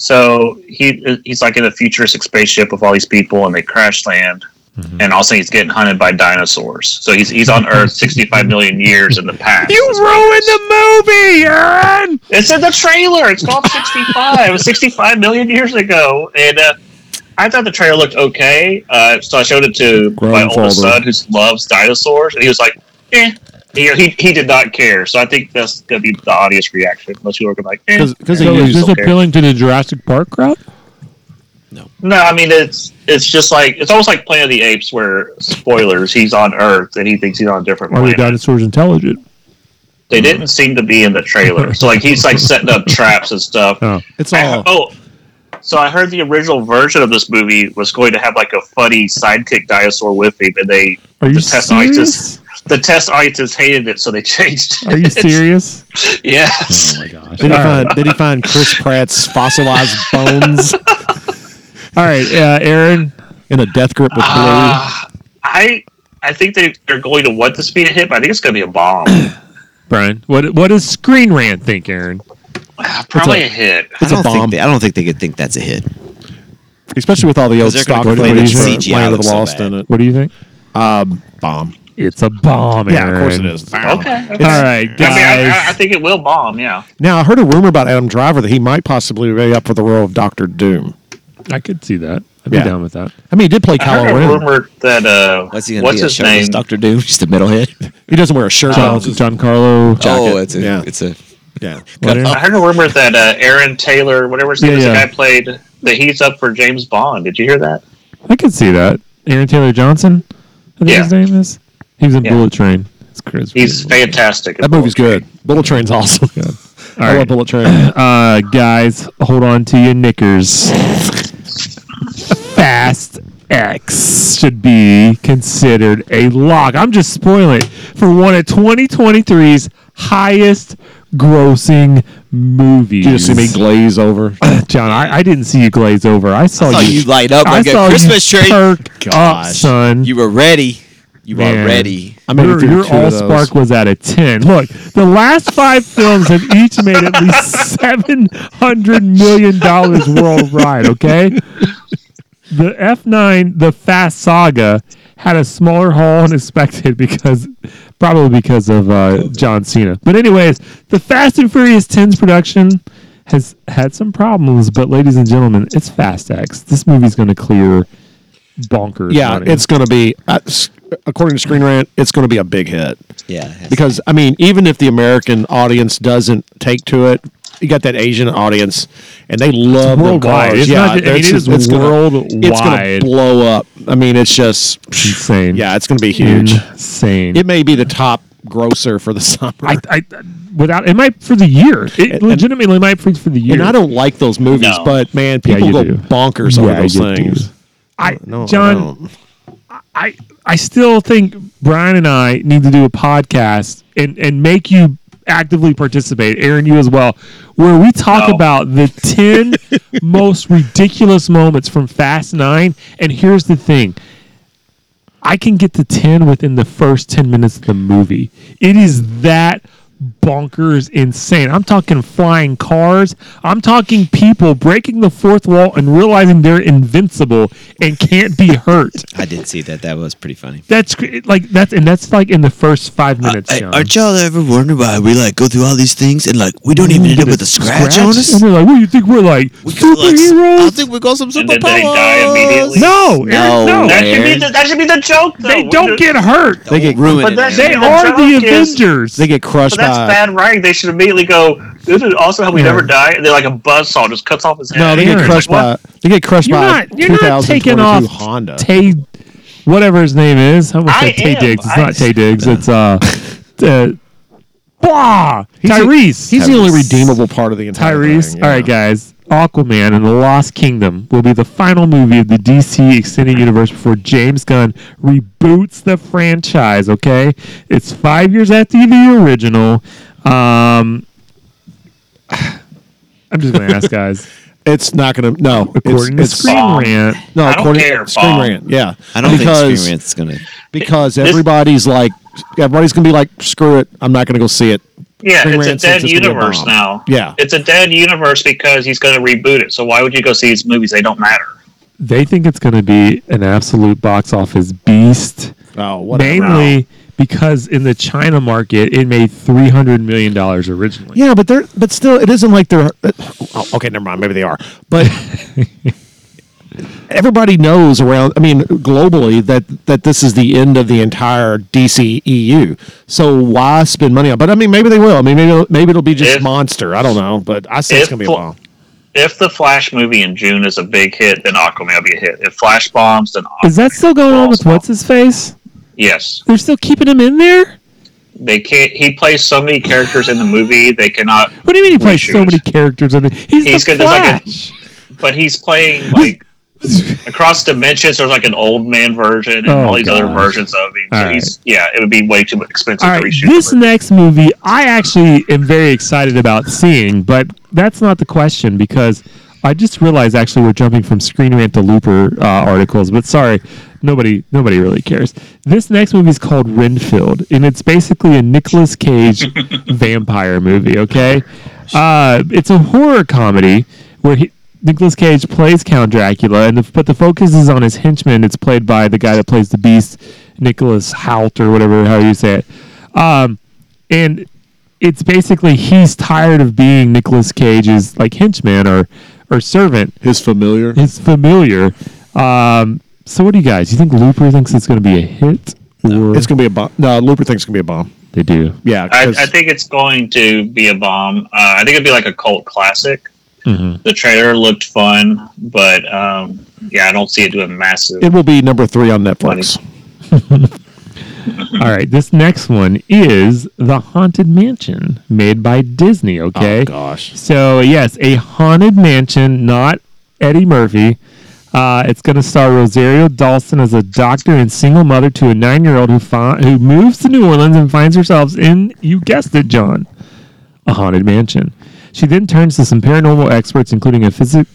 D: So he he's like in a futuristic spaceship with all these people, and they crash land.
B: Mm-hmm.
D: And also, he's getting hunted by dinosaurs. So he's he's on Earth 65 million years in the past. That's what it is.
B: movie, Aaron!
D: It's in the trailer. It's called 65. It was 65 million years ago. And uh, I thought the trailer looked okay. Uh, so I showed it to my
A: Grown
D: oldest
A: father.
D: son who loves dinosaurs. And he was like, eh. He, he, he did not care. So I think that's going to be the audience reaction. Most people are going to be like, eh.
A: 'Cause- 'cause
D: eh,
A: they
B: So is
A: use-
D: don't
B: this
D: care.
B: appealing to the Jurassic Park crowd?
D: No, I mean, it's it's just like, it's almost like Planet of the Apes where, spoilers, he's on Earth and he thinks he's on a different
B: Are the
D: planet.
B: dinosaurs intelligent?
D: They didn't seem to be in the trailer. So like he's like setting up traps and stuff.
B: Oh.
A: It's
D: I-
A: all.
D: oh, so I heard the original version of this movie was going to have like a funny sidekick dinosaur with him, and they
B: Are you
D: the test audiences
B: serious?
D: the test audiences hated it, so they changed.
B: Are you
D: it.
B: serious? Mm.
D: yes.
B: my gosh.
A: Did he find Did he find Chris Pratt's fossilized bones
B: All right, uh, Aaron.
A: in a death grip with blue?
D: Uh, I I think they they're going to want this to be a hit, but I think it's going to be a bomb.
B: Brian, what what does Screen Rant think, Aaron?
D: Probably a hit.
A: it's
C: I
A: a
C: don't
A: bomb,
C: think they, I don't think they could think that's a hit.
A: especially with all the old
C: they're
A: stock
C: gonna complain
A: footage
B: that
A: for
C: CGI
A: Land of the
C: looks so
A: Lost
C: bad.
A: in it.
B: What do you think?
A: Bomb.
B: It's a bomb,
A: Yeah,
B: Aaron.
A: of course it is. It's a bomb.
D: Okay.
B: All right,
D: I, mean,
B: guys.
D: I- I, I think it will bomb. Yeah.
A: Now I heard a rumor about Adam Driver that he might possibly be up for the role of Doctor Doom.
B: I could see that. I'd
A: Yeah.
B: be down with that.
A: I mean, he did play
D: I heard
A: Kylo
D: a
A: Ren.
D: rumor that uh,
C: What's
D: what's,
C: he going to be? a
D: his
C: shirtless
D: name? Oh,
C: Doctor Doom? Just a middle head.
A: He doesn't wear a shirt.
B: John,
A: though.
B: Carlo.
C: Oh, it's a,
A: yeah.
C: it's a
A: yeah.
D: I heard a rumor that uh, Aaron Taylor, whatever his name
B: Yeah,
D: is,
B: yeah.
D: the guy played that he's up for James Bond. Did you hear that?
B: I could see that. Aaron Taylor Johnson, I think
D: Yeah.
B: his name is. He was in
D: Yeah.
B: Bullet Train. It's crazy.
D: He's
C: Mm.
D: fantastic.
A: That movie's good. Bullet Train's awesome.
B: All
A: I love
B: right,
A: Bullet Train.
B: uh, guys, hold on to your knickers. Fast X should be considered a lock. I'm just spoiling it for one of 2023's highest grossing movies.
A: You just see me glaze over.
B: John, I, I didn't see you glaze over. I saw,
C: I saw you light up
B: I
C: like
B: saw
C: a Christmas
B: you
C: tree.
B: perk up,
A: Gosh.
B: son.
C: You were ready. You
B: Man.
C: were ready.
A: I made it
B: your
A: through
B: your
A: two of
B: all
A: those.
B: spark was at a 10. Look, the last five films have each made at least $700 million worldwide, okay? The F9, the Fast Saga, had a smaller haul than expected because, probably because of uh, John Cena. But, anyways, the Fast and Furious 10's production has had some problems, but, ladies and gentlemen, it's Fast X. This movie's going to clear bonkers.
A: Yeah,
B: money.
A: it's going to be, uh, s- according to Screen Rant, it's going to be a big hit.
C: Yeah. that's-
A: Because, I mean, even if the American audience doesn't take to it, you got that Asian audience, and they love the
B: worldwide.
A: cars.
B: It's
A: yeah,
B: not- I mean, it is
A: Gonna, it's going
B: worldwide.
A: to blow up. I mean, it's just,
B: insane.
A: yeah, it's going to be huge.
B: Insane.
A: It may be the top grosser for the summer.
B: I, I, without it might for the year. It legitimately might for, for the year.
A: and I don't like those movies,
D: No.
A: but man,
B: Yeah,
A: people
B: you
A: go
B: do.
A: bonkers over
B: Yeah,
A: those
B: you do.
A: things.
B: I,
A: No, Oh, I
B: John,
A: don't.
B: I, I still think Brian and I need to do a podcast and and make you actively participate, Aaron, you as well, where we talk
D: No.
B: about the ten most ridiculous moments from Fast Nine. And here's the thing. I can get to 10 within the first 10 minutes of the movie. It is that bonkers insane. I'm talking flying cars. I'm talking people breaking the fourth wall and realizing they're invincible and can't be hurt.
C: I did see that. That was pretty funny.
B: That's cr- like that's and that's like in the first five
A: Uh,
B: minutes.
C: Hey,
B: John.
C: aren't y'all ever wondering why we like go through all these things and like we don't even end up with a scratch, on us?
B: And they're like, what do you think we're like?
C: We got, like, s- I
B: superheroes?
C: think we got some
D: And did they die
C: superpowers.
D: immediately?
B: no, Eric,
C: No,
B: no.
D: That should be
C: Aaron.
D: the, that should be the joke. Though.
B: They don't get hurt.
C: They get ruined.
D: But that
B: They
D: The
B: are the
D: joke is-
B: Avengers.
A: They get crushed
D: But that's
A: by.
D: bad writing. They should immediately go. This is also how we
B: Yeah.
D: never die. And then like a buzzsaw just cuts off his head.
A: No, they get
B: Aaron.
A: crushed by. They get crushed
B: you're
A: by.
B: not you're not taking
A: 2022
B: off
A: Honda.
B: Tay, whatever his name is. I'm gonna
D: I
B: say Tay
D: am.
B: Diggs. It's
D: I-
B: not Tay Diggs. It's uh, uh bah,
A: a-
B: Tyrese.
A: He's the only
C: Tyrese.
A: redeemable part of the entire
B: Tyrese.
A: thing, yeah.
B: All right, guys. Aquaman and the Lost Kingdom will be the final movie of the DC extended universe before James Gunn reboots the franchise. Okay, it's five years after the original. Um, I'm just gonna ask, guys.
A: It's not going to. No, it's,
B: According to
A: it's
B: Screen
D: Bob.
B: Rant,
A: No,
D: I don't
A: according
D: care,
A: Screen
D: Bob.
A: Rant. Yeah,
C: I don't think
A: because
C: experience is gonna.
A: because everybody's like everybody's going to be like screw it, I'm not going to go see it.
D: Yeah,
A: Screen
D: it's a
A: Rant
D: dead
A: says it's gonna be a
D: universe
A: bomb.
D: now.
A: Yeah.
D: it's a dead universe because he's going to reboot it. So why would you go see his movies? They don't matter.
B: they think it's going to be an absolute box office beast,
A: Oh, whatever.
B: mainly because in the China market it made three hundred million dollars originally.
A: Yeah, but they're but still, it isn't like they're. oh, okay, never mind. Maybe they are, but everybody knows around. I mean, globally, that that this is the end of the entire DCEU. So why spend money on? But I mean, maybe they will. I mean, maybe it'll, maybe it'll be just
D: If-
A: monster. I don't know, but I say it's
D: if
A: gonna be a
D: Fl-
A: while.
D: If the Flash movie in June is a big hit, then Aquaman will be a hit. If Flash bombs, then Aquaman.
B: Is that still going on with what's his face?
D: Yes,
B: They're still keeping him in there.
D: they can't. He plays so many characters in the movie they cannot.
B: What do you mean he plays so
D: Reshoot.
B: many characters in it? He's,
D: He's
B: the
D: good, there's like a-
B: Flash.
D: But he's playing like across dimensions. There's like an old man version and
B: Oh,
D: all these other
B: gosh.
D: versions of him.
B: All
D: So he's yeah, it would be way too expensive
B: All right,
D: to reshoot.
B: this
D: the movie.
B: next movie I actually am very excited about seeing, but that's not the question because I just realized actually we're jumping from Screen Rant to Looper uh, articles, but sorry, nobody nobody really cares. This next movie is called Renfield, and it's basically a Nicolas Cage vampire movie. Okay, uh, it's a horror comedy where he. Nicolas Cage plays Count Dracula, and the, but the focus is on his henchman. It's played by the guy that plays the Beast, Nicholas Hoult, or whatever how you say it. Um, and it's basically he's tired of being Nicolas Cage's like henchman or or servant,
A: His familiar.
B: his familiar. Um, so what do you guys? You think Looper thinks it's going to be a hit, or
A: It's gonna be a bomb. No, Looper thinks it's gonna be a bomb.
B: they do?
A: Yeah,
D: I,
A: 'cause-
D: I think it's going to be a bomb. Uh, I think it'd be like a cult classic.
B: Mm-hmm.
D: The trailer looked fun, but um, yeah, I don't see it doing massive.
A: it will be number three on Netflix.
B: All right, this next one is The Haunted Mansion, made by Disney. Okay,
A: Oh gosh.
B: So yes, a haunted mansion, not Eddie Murphy. Uh, it's going to star Rosario Dawson as a doctor and single mother to a nine-year-old who fi- who moves to New Orleans and finds herself in, you guessed it, John, a haunted mansion. She then turns to some paranormal experts, including a physic,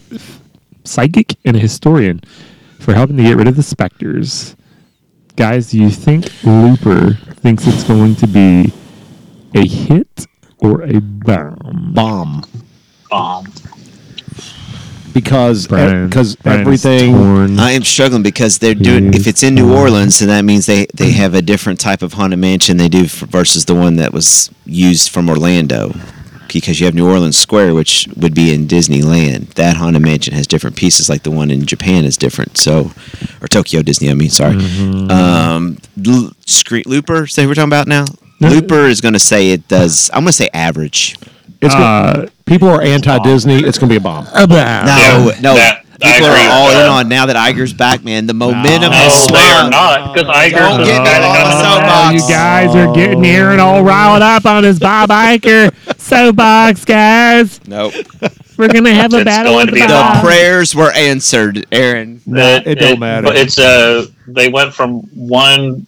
B: psychic, and a historian, for helping to get rid of the specters. Guys, do you think Looper thinks it's going to be a hit or a bomb?
A: Bomb
D: bomb.
A: because e,
B: Brian-
A: because
B: Brian is
A: everything.
B: torn.
C: I am struggling because they're doing. If it's in New Orleans, then that means they they have a different type of haunted mansion they do f versus the one that was used from Orlando, because you have New Orleans Square, which would be in Disneyland. That haunted mansion has different pieces, like the one in Japan is different. So, or Tokyo Disney, I mean, sorry. Um, L- Scree- Looper, say we're talking about now. Looper is going to say it does. I'm going to say average.
A: It's gonna,
B: Uh,
A: people are anti-Disney. It's gonna be a bomb.
C: No,
D: Uh, Yeah,
C: no.
D: that- I
C: People
D: agree
C: are
D: with
C: all
D: that.
C: in on now that Iger's back, man. The momentum
D: No,
C: has
D: Oh, they are
C: swung.
D: not because I
C: Don't
D: agree.
C: get
D: with that.
C: all on the soapbox.
B: Oh, You guys are getting Aaron all riled up on his Bob Iker soapbox, guys.
C: Nope.
B: We're gonna have a
D: It's
B: battle
D: going
B: with
D: to be
B: Bob.
D: the
C: The
D: Um,
C: prayers were answered, Aaron.
A: Nah, it don't matter.
D: But it's uh, they went from one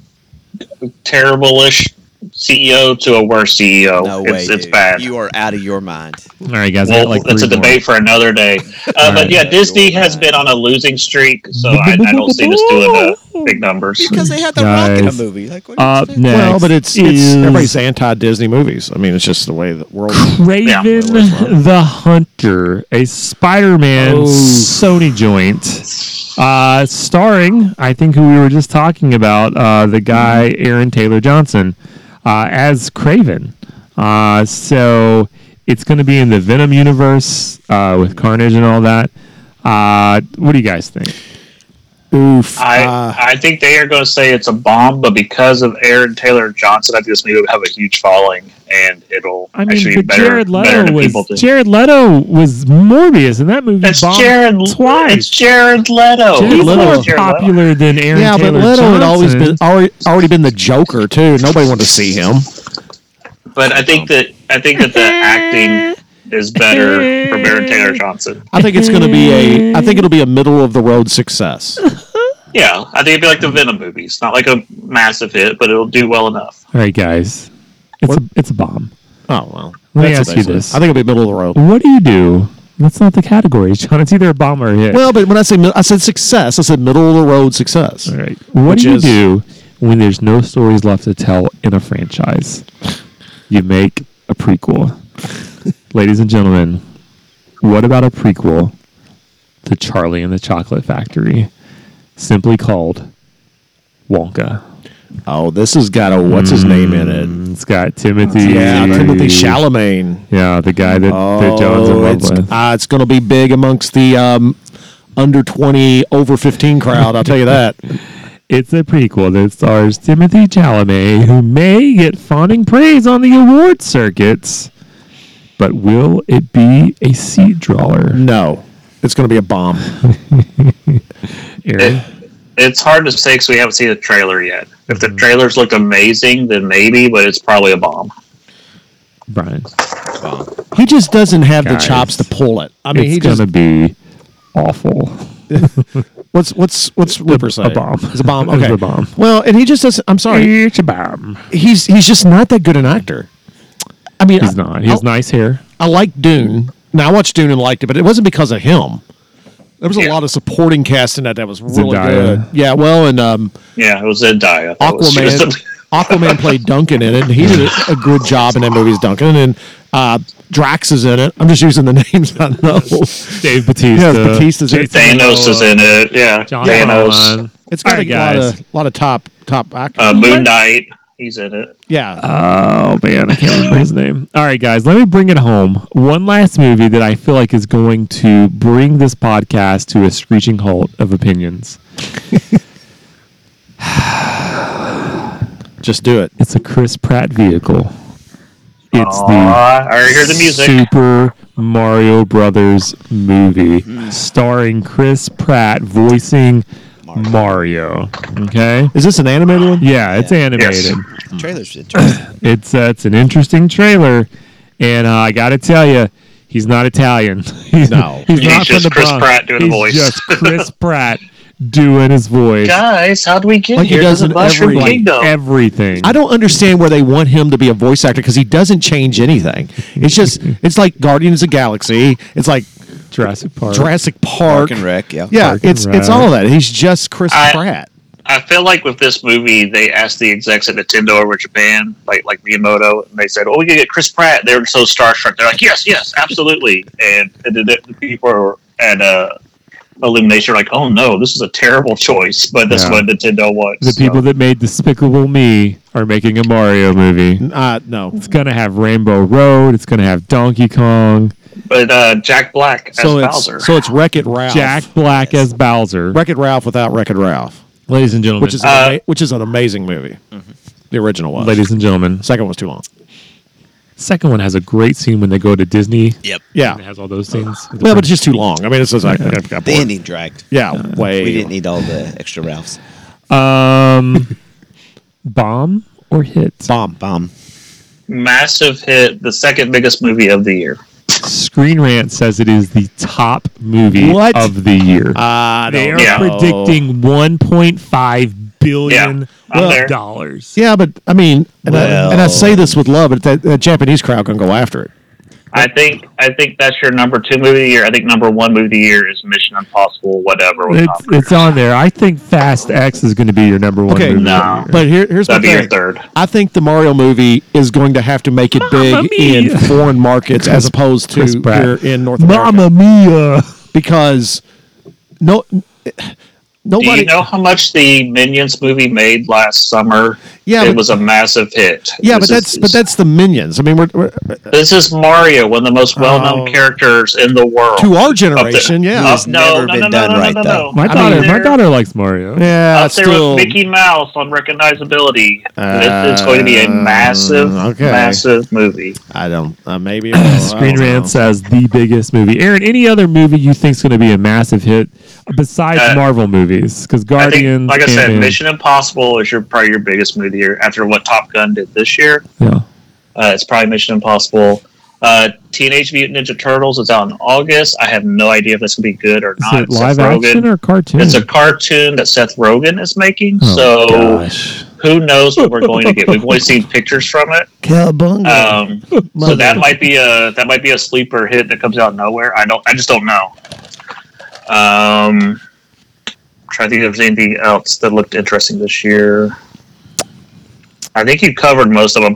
D: terrible-ish CEO to a worse CEO.
C: No way.
D: it's, it's
C: dude.
D: bad.
C: You are out of your mind.
B: all right, guys. I
D: Well,
B: got like
D: that's a
B: three more.
D: debate for another day. Uh,
B: Right.
D: but yeah,
C: Yeah,
D: Disney
C: you're
D: has
C: right.
D: been on a losing streak, so I, I don't see this doing a, big numbers.
C: because they had the rock in a
B: Nice. Um,
C: movie. Like, what do you
B: Up
C: expect?
B: Uh, next
A: Well, but it's,
B: is
A: it's everybody's anti Disney movies. I mean, it's just the way the world.
B: Raven the Hunter, a Spider-Man
D: Oh.
B: Sony joint, uh, starring I think who we were just talking about, uh, the guy Aaron Taylor Johnson uh, as Craven. Uh, so it's going to be in the Venom universe uh, with Carnage and all that. Uh, what do you guys think?
A: Oof.
D: I
A: uh,
D: I think they are going to say it's a bomb, but because of Aaron Taylor Johnson, I think this movie will have a huge following, and it'll
B: I mean,
D: actually be
B: but
D: better,
B: Jared
D: better
B: Leto
D: to
B: was
D: people. To,
B: Jared Leto was Morbius, and that movie
D: that's
B: bombed
D: Jared It's
B: twice.
D: Jared Leto.
B: He's
A: Leto.
B: more
D: Jared Leto.
B: popular than Aaron
A: yeah,
B: Taylor
A: but Leto had always
B: Johnson.
A: been already, already been the Joker too. Nobody wanted to see him.
D: But I think that I think that the acting is better for Aaron Taylor Johnson.
A: I think it's going to be a. I think it'll be a middle of the road success. Oh,
D: Yeah, I think it'd be like the Venom movies, not like a massive hit, but it'll do well enough.
B: All right, guys, it's a, it's a bomb.
A: Oh well.
B: Let me
A: That's
B: ask
A: what
B: you
A: they said.
B: this.
A: I think it'll be middle of the road.
B: What do you do? That's not the category, John. It's either a bomb or a hit.
A: Well, but when I say mid- I said success, I said middle of the road success.
B: All right. What
A: which
B: do you
A: is-
B: do when there's no stories left to tell in a franchise? You make a prequel. Ladies and gentlemen, what about a prequel to Charlie and the Chocolate Factory, simply called Wonka?
A: Oh, this has got a what's his name in it?
B: And it's got Timothy.
A: Hmm. Yeah, Timothy Chalamet.
B: Yeah, the guy that, that John's in
A: Oh,
B: love
A: it's,
B: with.
A: uh, it's going to be big amongst the um, under twenty, over fifteen crowd. I'll tell you that.
B: It's a prequel that stars Timothy Chalamet, who may get fawning praise on the award circuits, but will it be a seat drawer?
A: No, it's going to be a bomb. Eh.
B: Aaron?
D: It's hard to say because we haven't seen the trailer yet. If
B: Hmm.
D: the trailers looked amazing, then maybe, but it's probably a bomb.
B: Brian,
A: He just doesn't have
B: Guys.
A: the chops to pull it. I mean,
B: it's
A: he
B: gonna
A: just
B: be awful.
A: what's what's what's Ripper say?
B: bomb.
A: It's a bomb.
B: It's
A: Okay,
B: a bomb.
A: Well, and he just doesn't. I'm sorry.
B: It's a bomb.
A: He's he's just not that good an actor. I mean,
B: He's
A: I-
B: not. He has
A: I,
B: nice hair.
A: I like Dune. Now I watched Dune and liked it, but it wasn't because of him. There was a
D: Yeah.
A: lot of supporting cast in that that was really
B: Zendaya.
A: good. Yeah, well, and um,
D: Yeah, it was Zendaya. That was- she was
A: Aquaman.
D: the-
A: Aquaman played Duncan in it, and he did a, a good job in that movie as Duncan. And uh, Drax is in it. I'm just using the names I know.
B: Dave Batista.
A: Yeah, Batista's in it.
D: Thanos is in it. Yeah,
B: John
D: Thanos.
B: Conn.
A: It's got
B: All right,
A: a lot
B: guys.
A: of, lot of top top actors.
D: Uh, Moon Knight. He's in it.
A: yeah,
B: Oh man, I can't remember his name. All right, guys, let me bring it home. One last movie that I feel like is going to bring this podcast to a screeching halt of opinions.
A: just do it.
B: It's a Chris Pratt vehicle. It's
D: Aw,
B: the
D: I already hear the music.
B: Super Mario Brothers movie starring Chris Pratt voicing Mario. Okay?
A: Is this an animated one?
B: Yeah, it's animated.
C: Trailers. interesting.
B: It's uh, it's an interesting trailer, and uh, I got to tell you, he's not Italian. He's,
A: No.
B: he's,
D: He's
B: not from
D: just
B: the
D: Chris
B: Bronx.
D: Pratt doing the
B: he's
D: voice.
B: Just Chris Pratt doing his voice.
D: Guys, how do we get
A: Like he
D: here to
A: does
D: the
A: in
D: Mushroom
A: every- like
D: Kingdom?
B: Everything.
A: I don't understand where they want him to be a voice actor because he doesn't change anything. It's just it's like Guardians of the Galaxy. It's like
B: Jurassic Park.
A: Jurassic Park.
C: Park and Wreck. Yeah.
A: Yeah,
B: Park and
A: it's it's all of that. He's just Chris
D: I-
A: Pratt.
D: I feel like with this movie, they asked the execs at Nintendo over Japan, like like Miyamoto, and they said, "Oh, we can get Chris Pratt." They were so starstruck. They're like, "Yes, yes, absolutely!" And, and the, the people at uh, Illumination are like, "Oh no, this is a terrible choice," but that's
B: Yeah.
D: what Nintendo wants.
B: the people that made Despicable Me are making a Mario movie.
A: Uh, no,
B: It's gonna have Rainbow Road. It's gonna have Donkey Kong.
D: But uh, Jack Black as
A: so it's
D: Bowser.
A: so it's Wreck It Ralph.
B: Jack Black as Bowser.
A: Wreck It Ralph without Wreck It Ralph,
B: Ladies and gentlemen,
A: which is an
D: Uh,
A: ama- which is an amazing movie.
B: Mm-hmm.
A: The original was.
B: ladies and gentlemen,
A: Second one was too long.
B: second one has a great scene when they go to Disney.
C: Yep.
B: And it
A: Yeah,
B: has all those scenes.
A: yeah, but it's just too long. I mean, it's just like I got
C: The
A: bored.
C: ending dragged.
A: Yeah, way.
C: We didn't need all the extra Ralphs.
B: Um, bomb or hit?
A: bomb.
C: Bomb.
D: Massive hit, the second biggest movie of the year.
B: Screen Rant says it is the top movie
A: What?
B: of the year.
A: Uh,
B: they are
D: Yeah.
B: predicting 1.5 billion
D: Yeah, I'm there.
B: dollars.
A: Yeah, but I mean, and, I, and I
C: Well-
A: say this with love, but that, that Japanese crowd gonna go after it.
D: I think I think that's your number two movie of the year. I think number one movie of the year is Mission Impossible, whatever. with
B: It's,
D: Tom Cruise.
B: it's on there. I think Fast X is going to be your number one.
A: Okay.
B: movie.
D: No.
A: But here, here's my
D: That'd be your
A: thing.
D: third.
A: I think the Mario movie is going to have to make it big
B: mia.
A: in foreign markets as opposed to
B: Chris Pratt.
A: here in North America.
B: Mamma mia!
A: Because no
D: Do
A: nobody
D: you know how much the Minions movie made last summer?
A: Yeah,
D: it
A: but-
D: was a massive hit.
A: Yeah, but
D: This
A: that's
D: is-
A: but that's the minions. I mean, we're, we're
D: this is Mario, one of the most well-known
A: Oh.
D: characters in the world.
A: to our generation, yeah.
D: Oh, Up- no,
C: never
D: no,
C: been
D: no, no,
C: done
D: no, no,
C: right,
D: no,
C: though.
D: no.
B: My
D: I
B: daughter,
D: mean,
B: my
D: they're
B: daughter likes Mario.
A: yeah,
D: Up
A: it's
D: there
A: still
D: with Mickey Mouse on recognizability. This it's going to be a massive,
A: Uh, okay.
D: massive movie.
A: I don't uh, maybe well, I
B: Screen
A: don't
B: Rant
A: know.
B: says the biggest movie. Aaron, any other movie you think's going to be a massive hit besides
D: Uh,
B: Marvel movies? Because
D: I
B: Guardians,
D: think, like I said,
B: Ant-Man-
D: Mission Impossible is your probably your biggest movie of the year after what Top Gun did this year.
B: Yeah.
D: Uh, it's probably Mission Impossible. Uh, Teenage Mutant Ninja Turtles is out in August. I have no idea if that's gonna be good or
B: Is
D: not.
B: it live
D: Seth Rogen.
B: action or cartoon?
D: It's a cartoon that Seth Rogen is making,
B: Oh,
D: so
B: gosh.
D: who knows what we're going to get? We've only seen pictures from it, um, so that might be a that might be a sleeper hit that comes out of nowhere. I don't, I just don't know. Um, trying to think if there's anything else that looked interesting this year. I think you covered most of them.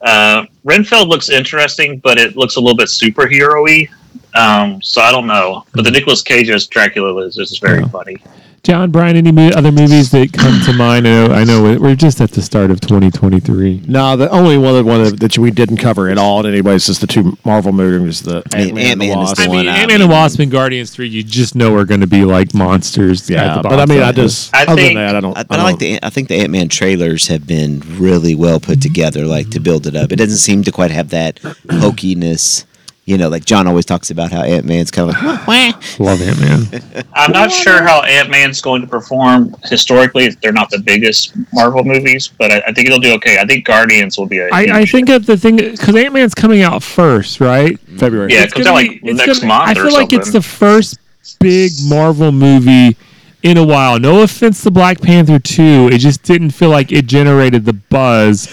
D: Uh, Renfeld looks interesting, but it looks a little bit superhero-y. Um, so I don't know, but the Nicolas Cage as Dracula was is very
B: Yeah.
D: funny.
B: John Bryan, any mo- other movies that come to mind? I know, I know we're- we're just at the start of 2023.
A: No, the only one that, one that- that we didn't cover at all, anyways, is the two Marvel movies, the
C: I
A: Ant-Man,
C: mean,
A: and the
C: Ant-Man is
A: Wasp.
C: the
B: I
C: I mean,
B: mean,
C: One,
B: Ant
C: I
B: Man
C: Ant-Man
B: and
C: and mean-
B: Wasp and Guardians 3, you just know are going to be like monsters.
A: yeah, but I mean, I just,
D: I
A: other
D: think-
A: than that, I don't.
C: I, but I like
A: don't-
C: the I think the Ant Man trailers have been really well put together, like to build it up. It doesn't seem to quite have that hokiness, you know. Like John always talks about how Ant Man's kind of like, "Wah, wah."
B: love Ant Man.
D: I'm not sure how Ant Man's going to perform historically. They're not the biggest Marvel movies, but I, I think it'll do okay. I think Guardians will be a
B: I, I
D: huge-
B: think of the thing because Ant Man's coming out first, right?
A: February.
D: Yeah,
B: It's
D: it comes out
B: gonna
D: like
B: be- it's
D: next
B: gonna-
D: month
B: I feel
D: or
B: like
D: something.
B: it's the first big Marvel movie in a while. No offense to Black Panther 2, it just didn't feel like it generated the buzz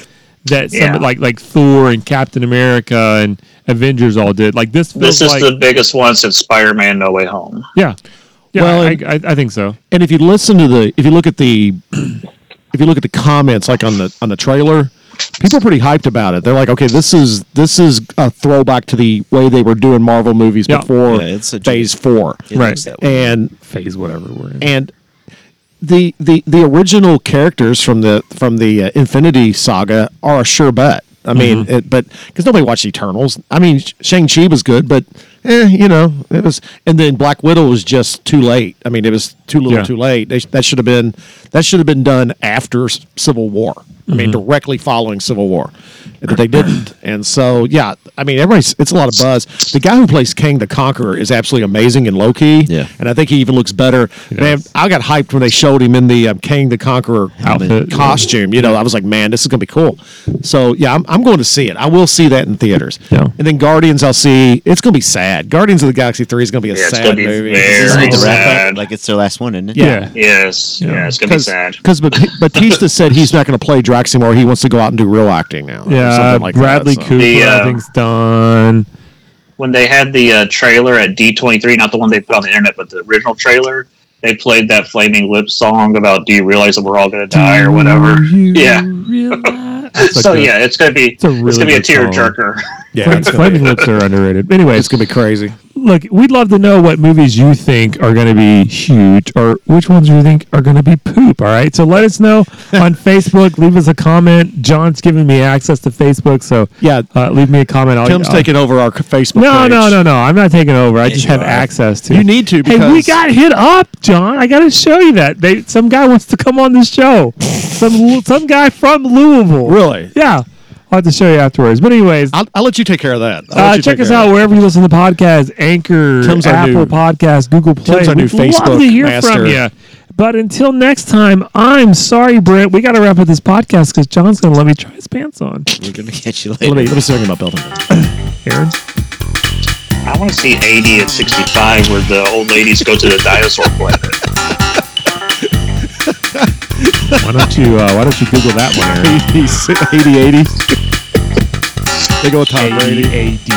B: that some
D: Yeah.
B: like like Thor and Captain America and Avengers all did. Like this feels
D: this is
B: like
D: the biggest one since Spider Man No Way Home.
B: yeah. Yeah,
A: Well,
B: I,
A: and-
B: I, I think so.
A: And if you listen to the, if you look at the, if you look at the comments, like on the on the trailer, people are pretty hyped about it. They're like, okay, this is this is a throwback to the way they were doing Marvel movies
B: Yeah.
A: before
C: Yeah, it's a-
A: Phase Four,
C: It
B: Right.
C: looks that way.
A: and
B: Phase whatever we're in.
A: and the the the original characters from the from the uh, Infinity Saga are a sure bet. I mean, it, but because nobody watched Eternals. I mean, Shang Chi was good, but eh, you know, it was. And then Black Widow was just too late. I mean, it was too little,
B: Yeah.
A: too late. They, that should have been that should have been done after S- Civil War. I mean, directly following Civil War, but they didn't. And so, yeah, I mean, everybody's it's a lot of buzz. The guy who plays King the Conqueror is absolutely amazing in Loki.
C: Yeah.
A: and I think he even looks better. Man,
B: does.
A: I got hyped when they showed him in the um, King the Conqueror
B: Outfit.
A: costume. You know, I was like, man, this is gonna be cool. So yeah, I'm, I'm going to see it. I will see that in theaters.
B: Yeah.
A: And then Guardians, I'll see. It's gonna be sad. Guardians of the Galaxy Three is gonna be a
D: Yeah, it's
A: sad
D: gonna be
A: movie.
D: very
C: Isn't it the wrap up?
D: sad.
C: Like it's their last one, isn't it?
A: Yeah.
D: Yes, yeah, it's gonna be sad.
A: Because Batista said he's not going to play Drax anymore. He wants to go out and do real acting now. or
B: Yeah,
A: something like that,
B: Bradley
A: so.
B: Cooper,
D: The,
B: I
D: uh,
B: think's done.
D: When they had the uh, trailer at D23, not the one they put on the internet, but the original trailer, they played that Flaming Lips song about "Do you realize that we're all gonna die" or whatever.
B: Do you
D: Yeah.
B: realize- It's like
D: so
B: a-
D: yeah, it's gonna be
B: a
D: it's,
B: really
D: gonna be a
B: good song.
D: tearjerker.
A: uh, Yeah,
B: Flam-
A: it's gonna be-
B: Flaming lips are underrated. Anyway,
A: it's gonna be crazy.
B: look, we'd love to know what movies you think are going to be huge or which ones you think are going to be poop. All right. So let us know on Facebook. Leave us a comment. John's giving me access to Facebook. So
A: Yeah.
B: uh, leave me a comment. I'll,
A: Tim's
B: I'll-
A: taking over our Facebook.
B: No,
A: page.
B: no, no, no. I'm not taking over. I just
C: you
B: have
C: are.
B: access to.
A: You need to
B: Hey, we
A: because-
B: got hit up, John. I got to show you that. They some guy wants to come on the show. some some guy from Louisville.
A: Really?
B: Yeah. I'll have to show you afterwards. But anyways,
A: I'll, I'll let you take care of that. I'll
B: uh,
A: let you
B: check
A: take
B: us
A: care of
B: out
A: that.
B: wherever you listen to podcasts: Anchor,
A: Tim's our
B: Apple
A: new-
B: Podcasts, Google Play.
A: Tim's our new
B: We'd love
A: Facebook
B: to hear from
A: master.
B: you. But until next time, I'm sorry, Brent. We got to wrap up this podcast because John's going to let me try his pants on.
C: We're gonna catch you later.
A: Let me let me see if I can get my belt. on.
B: Aaron,
D: I want to see AD at 65 where the old ladies go to the dinosaur planet.
B: why don't you uh, why don't you Google that one, Aaron?
A: 80, 80. They go with Tom Brady.
B: A D.